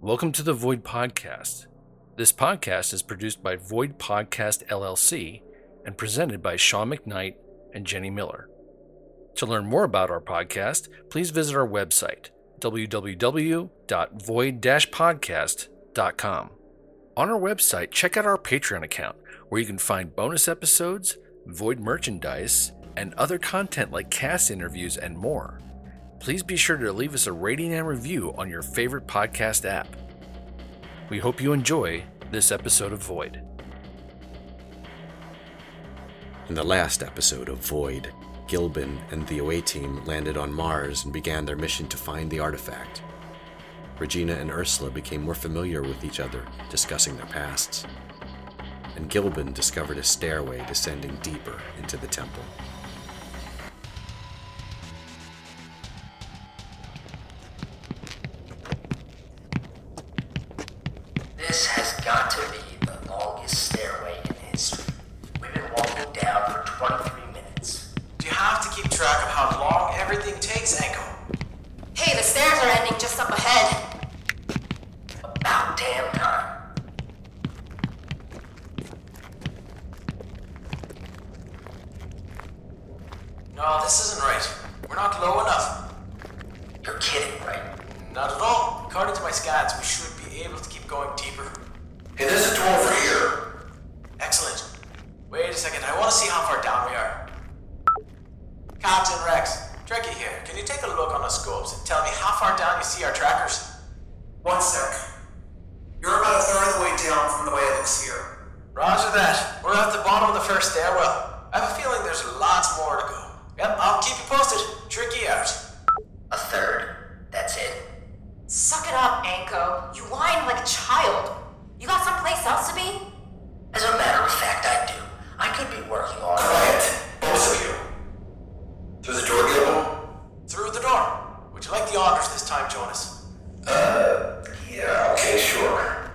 Welcome to the Void Podcast. This podcast is produced by Void Podcast LLC and presented by Sean McKnight and Jenny Miller. To learn more about our podcast, please visit our website, www.void-podcast.com. On our website, check out our Patreon account where you can find bonus episodes, Void merchandise, and other content like cast interviews and more. Please be sure to leave us a rating and review on your favorite podcast app. We hope you enjoy this episode of Void. In the last episode of Void, Gilbin and the OA team landed on Mars and began their mission to find the artifact. Regina and Ursula became more familiar with each other, discussing their pasts. And Gilbin discovered a stairway descending deeper into the temple. This has got to be the longest stairway in history. We've been walking down for 23 minutes. You have to keep track of how long everything takes, Echo. Hey, the stairs are ending just up ahead. About damn time. No, this isn't right. We're not low enough. You're kidding, right? Not at all. According to my scans, we should be able to keep going deeper. Hey, there's a door over here. Excellent. Wait a second, I want to see how far down we are. Captain Rex, Trekkie here. Can you take a look on the scopes and tell me how far down you see our trackers? One sec. You're about a third of the way down from the way it looks here. Roger that. We're at the bottom of the first stairwell. I have a feeling there's lots more to go. Yep, I'll keep you posted. Tricky out. A third. That's it. Suck it up, Anko. You whine like a child. You got someplace else to be? As a matter of fact, I do. I could be working on Quiet, both of you. Through the door, Gilbin? Through the door. Would you like the honors this time, Jonas? Uh, yeah, okay, sure.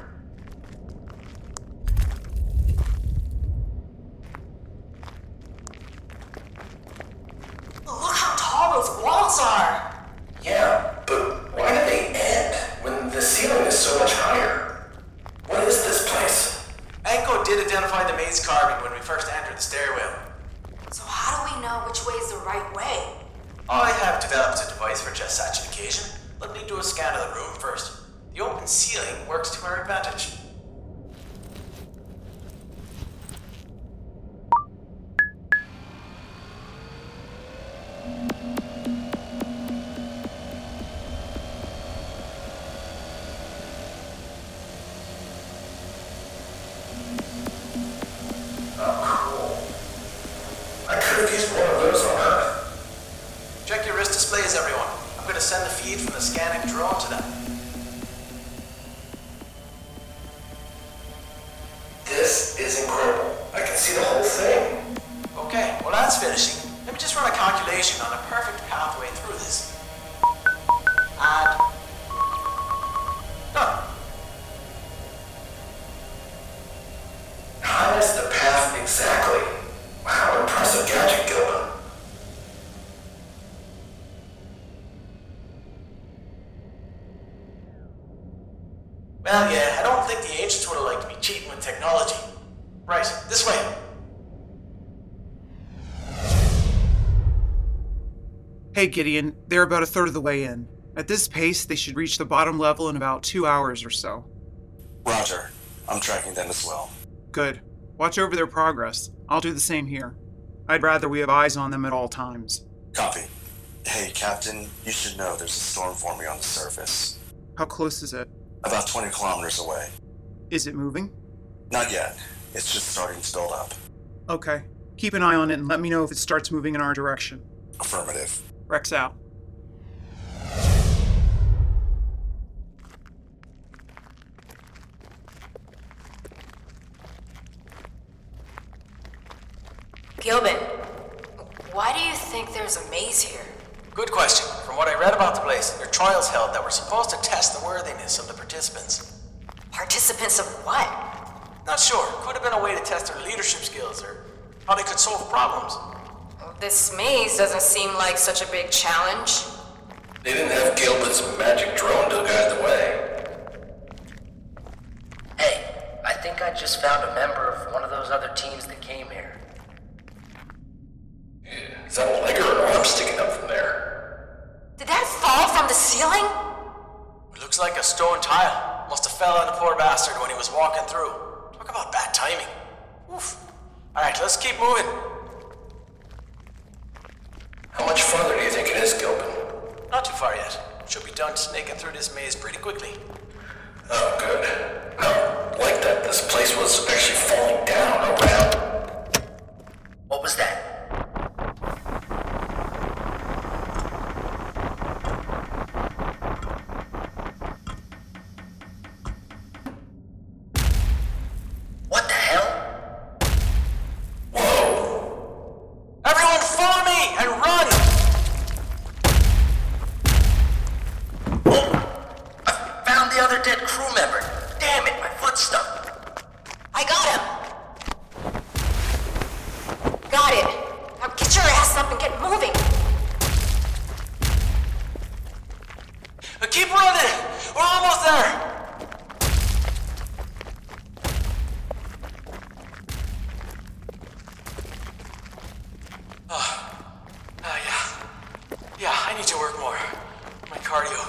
Look how tall those walls are. Yeah, but why do they end when the ceiling is so much higher? What is this place? Anko did identify the maze carving when we first entered the stairwell. So how do we know which way is the right way? I have developed a device for just such an occasion. Let me do a scan of the room first. The open ceiling works to our advantage. Oh, cool. I could have used one of those on Earth. Check your wrist displays, everyone. I'm gonna send the feed from the scanning drone to them. This is incredible. I can see the whole thing. Okay, well that's finishing. Let me just run a calculation on a perfect pathway through this. And done. How is the path exactly? Wow, impressive gadget, Gilman. Well, yeah, I don't think the ancients would have liked me cheating with technology. Right, this way. Hey, Gideon, they're about a third of the way in. At this pace, they should reach the bottom level in about two hours or so. Roger. I'm tracking them as well. Good. Watch over their progress. I'll do the same here. I'd rather we have eyes on them at all times. Copy. Hey, Captain, you should know there's a storm forming on the surface. How close is it? About 20 kilometers away. Is it moving? Not yet. It's just starting to build up. Okay. Keep an eye on it and let me know if it starts moving in our direction. Affirmative. Rex out. Gilbin, why do you think there's a maze here? Good question. From what I read about the place, their trials held that were supposed to test the worthiness of the participants. Participants of what? Not sure. Could have been a way to test their leadership skills or how they could solve problems. This maze doesn't seem like such a big challenge. They didn't have Gilbert's magic drone to guide the way. just found a member of one of those other teams that came here. Is that a leg or an arm sticking up from there? Did that fall from the ceiling? It looks like a stone tile. Must have fell on the poor bastard when he was walking through. Talk about bad timing. Oof. Alright, let's keep moving. How much farther do you think it is, Gilpin? Not too far yet. Should be done snaking through this maze pretty quickly. Oh, good. No, like that. This place was actually falling down around. What was that? What the hell? Everyone follow me and run! Found the other dead crew member. Damn it, my foot stuck. I got him. Got it. Now get your ass up and get moving. Uh, Keep running! We're almost there! Oh, oh yeah. Yeah, I need to work more. My cardio.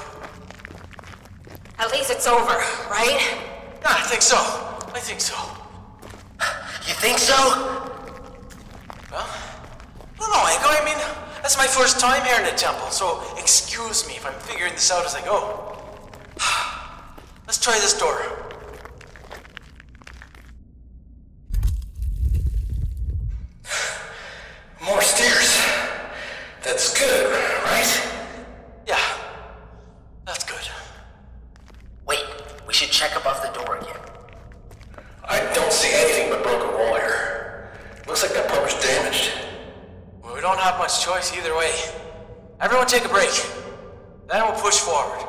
At least it's over, right? Yeah, I think so. I think so. You think so? Well, I don't know, Anko. I mean, that's my first time here in the temple, so excuse me if I'm figuring this out as I go. Let's try this door. More stairs. That's good, right? Yeah. That's good. Wait, we should check above the door again. I don't see anything but broken wall here. Looks like that part was damaged. Well, we don't have much choice either way. Everyone take a break. Then we'll push forward.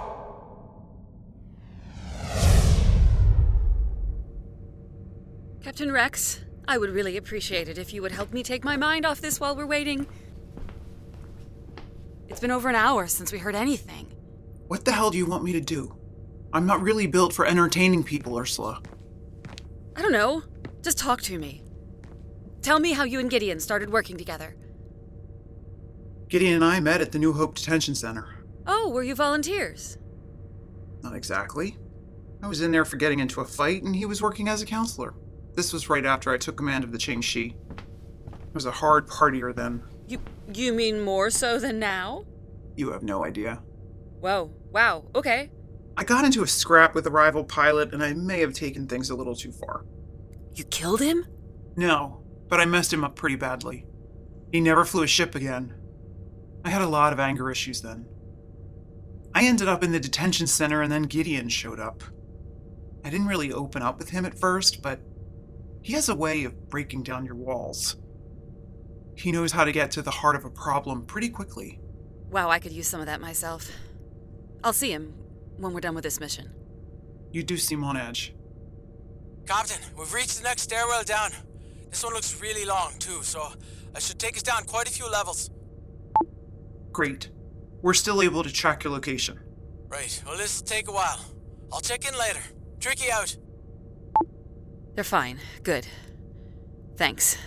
Captain Rex, I would really appreciate it if you would help me take my mind off this while we're waiting. It's been over an hour since we heard anything. What the hell do you want me to do? I'm not really built for entertaining people, Ursula. I don't know. Just talk to me. Tell me how you and Gideon started working together. Gideon and I met at the New Hope Detention Center. Oh, were you volunteers? Not exactly. I was in there for getting into a fight, and he was working as a counselor. This was right after I took command of the Qingxi. I was a hard partier then. You you mean more so than now? You have no idea. Whoa. Wow. Okay. I got into a scrap with a rival pilot, and I may have taken things a little too far. You killed him? No, but I messed him up pretty badly. He never flew a ship again. I had a lot of anger issues then. I ended up in the detention center and then Gideon showed up. I didn't really open up with him at first, but he has a way of breaking down your walls. He knows how to get to the heart of a problem pretty quickly. Wow, I could use some of that myself. I'll see him when we're done with this mission. You do seem on edge. Captain, we've reached the next stairwell down. This one looks really long, too, so I should take us down quite a few levels. Great. We're still able to track your location. Right, well, this'll take a while. I'll check in later. Tricky out. They're fine. Good. Thanks.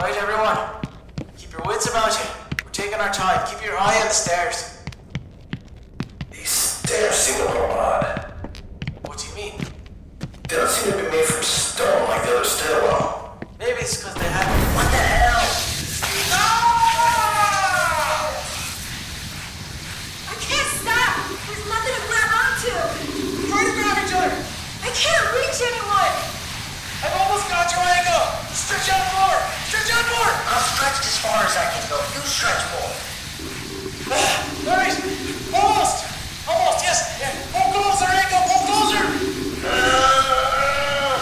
Right, everyone. Keep your wits about you. We're taking our time. Keep your eye on the stairs. These stairs seem a little odd. What do you mean? They don't seem to be made from stone like the other stairwell. Maybe it's because they have. What the hell? I can't stop. There's nothing to grab onto. Try to grab each other. I can't reach anyone. I've almost got you, Ango! Stretch out more! Stretch out more! I'm stretched as far as I can go. You stretch more. Ah, All right, almost! Almost, yes! Yeah. Pull closer, Ango! Pull closer! Ah.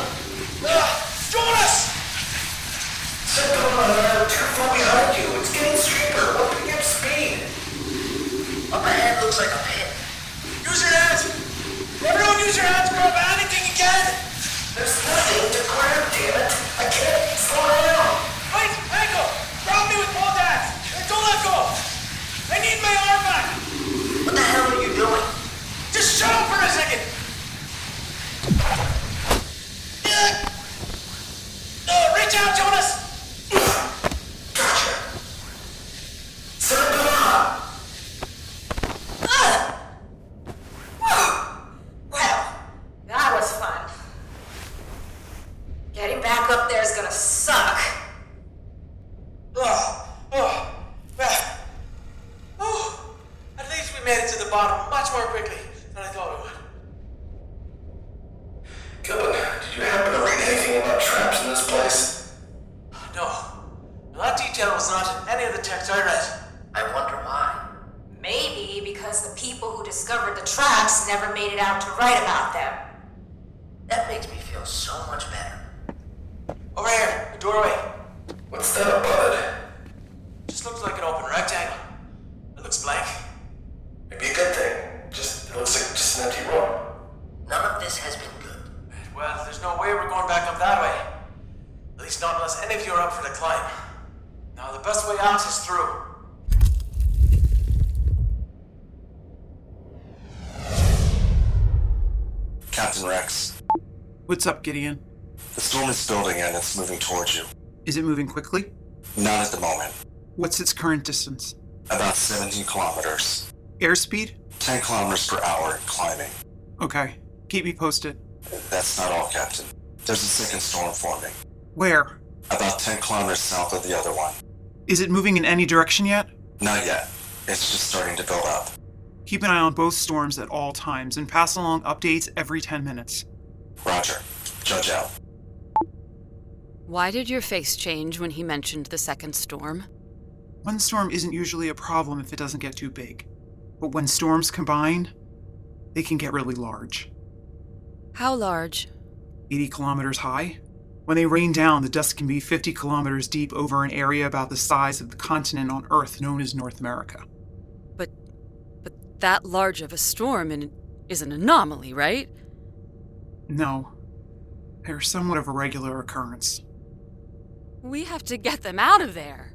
Ah. Jonas! Sit down, uh, too far behind you. It's getting steeper. What pick up speed? Up ahead looks like a pit. Use your hands! Everyone use your hands! Grab anything you can! There's nothing to grab, damn it. I can't slow down. Wait, Angle! Grab me with both hands! And don't let go! I need my arm back! bottom much more quickly than I thought we would. Gilbin, did you happen to read anything about traps in this place? No. That detail was not in any of the texts I read. I wonder why. Maybe because the people who discovered the traps never made it out to write about them. That makes me feel so much better. Over here, the doorway. What's that above it? Just looks like an open rectangle. It looks blank. Maybe a good thing. Just it looks like just an empty room. None of this has been good. Well, there's no way we're going back up that way. At least not unless any of you are up for the climb. Now, the best way out is through. Captain Rex, What's up, Gideon? the storm is building and it's moving towards you. Is it moving quickly? Not at the moment. What's its current distance? About 17 kilometers. Airspeed? 10 kilometers per hour climbing. Okay. Keep me posted. That's not all, Captain. There's a second storm forming. Where? About 10 kilometers south of the other one. Is it moving in any direction yet? Not yet. It's just starting to build up. Keep an eye on both storms at all times and pass along updates every 10 minutes. Roger. Judge out. Why did your face change when he mentioned the second storm? One storm isn't usually a problem if it doesn't get too big. But when storms combine, they can get really large. How large? 80 kilometers high. When they rain down, the dust can be 50 kilometers deep over an area about the size of the continent on Earth known as North America. But but that large of a storm in, is an anomaly, right? No, they're somewhat of a regular occurrence. We have to get them out of there.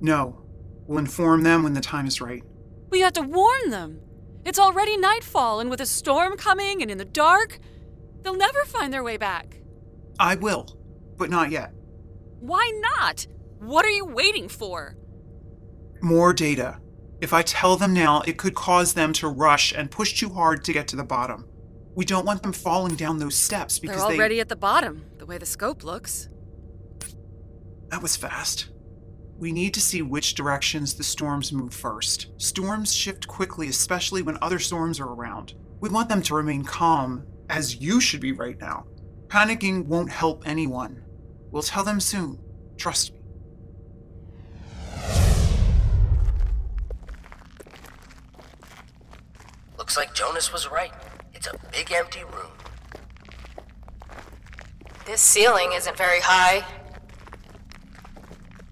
No, we'll inform them when the time is right. We have to warn them. It's already nightfall, and with a storm coming and in the dark, they'll never find their way back. I will, but not yet. Why not? What are you waiting for? More data. If I tell them now, it could cause them to rush and push too hard to get to the bottom. We don't want them falling down those steps because They're already at the bottom, the way the scope looks. That was fast. We need to see which directions the storms move first. Storms shift quickly, especially when other storms are around. We want them to remain calm, as you should be right now. Panicking won't help anyone. We'll tell them soon. Trust me. Looks like Jonas was right. It's a big empty room. This ceiling isn't very high.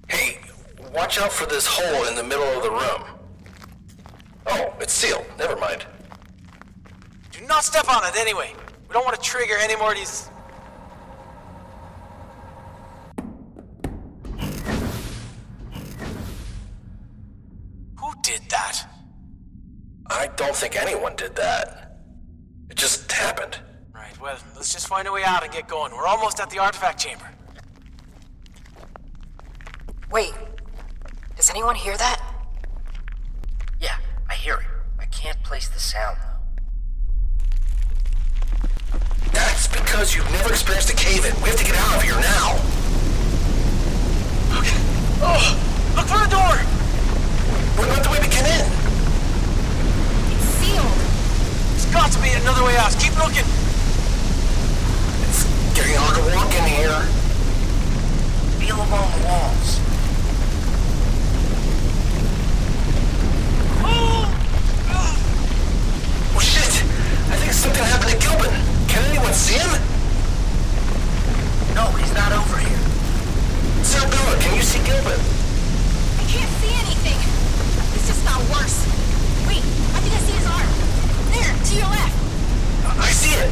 Hey, watch out for this hole in the middle of the room. Oh, it's sealed. Never mind. Do not step on it anyway. We don't want to trigger any more of these. Who did that? I don't think anyone did that. It just happened. Right, well, let's just find a way out and get going. We're almost at the artifact chamber. Wait, does anyone hear that? Yeah, I hear it. I can't place the sound though. That's because you've never experienced a cave in. We have to get out of here now. Okay. Oh, look for the door! We're not the way we came in. It's sealed. There's got to be another way out. Keep looking. It's getting hard to walk in here. Feel along the walls. Well, Oh, shit. I think something happened to Gilbin. Can anyone see him? No, he's not over here. Zeldora, can you see Gilbin? I can't see anything. It's just got worse. Wait, I think I see his arm. There, to your left. I I see it.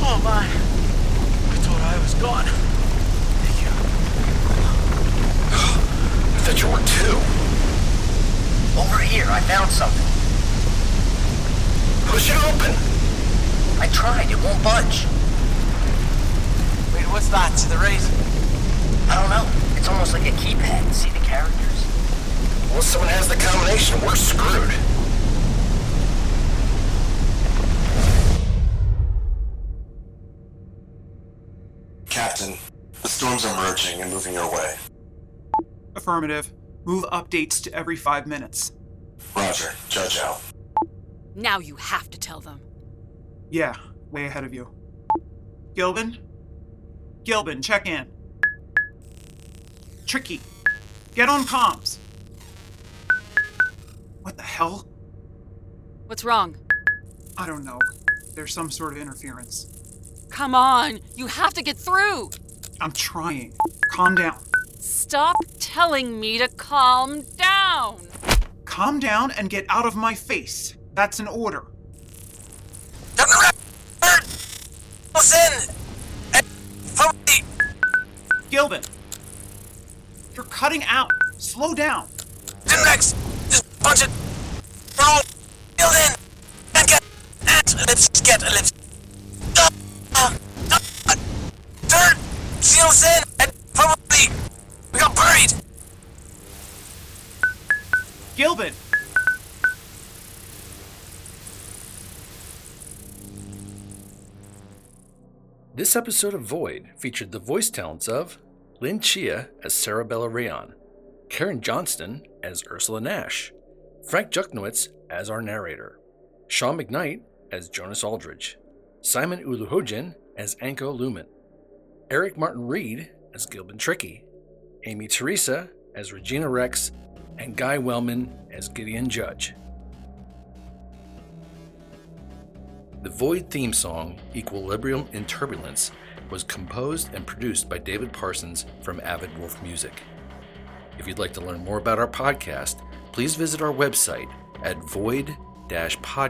Oh my. I thought I was gone. Thank you. I thought you were too. Over here, I found something. Push it open. I tried, it won't budge. Wait, what's that to the right? I don't know. It's almost like a keypad. See the characters? Once someone has the combination, we're screwed. Captain, The storms are merging and moving your way. Affirmative. Move updates to every five minutes. Roger, judge out. Now you have to tell them. Yeah, way ahead of you. Gilbin? Gilbin, check in. Tricky, get on comms. What the hell? What's wrong? I don't know. There's some sort of interference. Come on, you have to get through. I'm trying. Calm down. Stop telling me to calm down. Calm down and get out of my face. That's an order. Turn around! Listen! And hurry! Gilbin, you're cutting out. Slow down. Then Rex, just punch it. Roll. Build in. And get. And let's get. Let's. Uh, uh, uh, uh, Turn. Seals in. And probably. We got buried. Gilbin, This episode of Void featured the voice talents of Lynn Chia as Sarabella Rayon, Karen Johnston as Ursula Nash, Frank Juchnowitz as our narrator, Sean McKnight as Jonas Aldridge, Simon Uluhojin as Anko Lumen, Eric Martin Reed as Gilbin Tricky, Amy Teresa as Regina Rex, and Guy Wellman as Gideon Judge. The Void theme song, Equilibrium in Turbulence, was composed and produced by David Parsons from Avid Wolf Music. If you'd like to learn more about our podcast, please visit our website at void-podcast.com.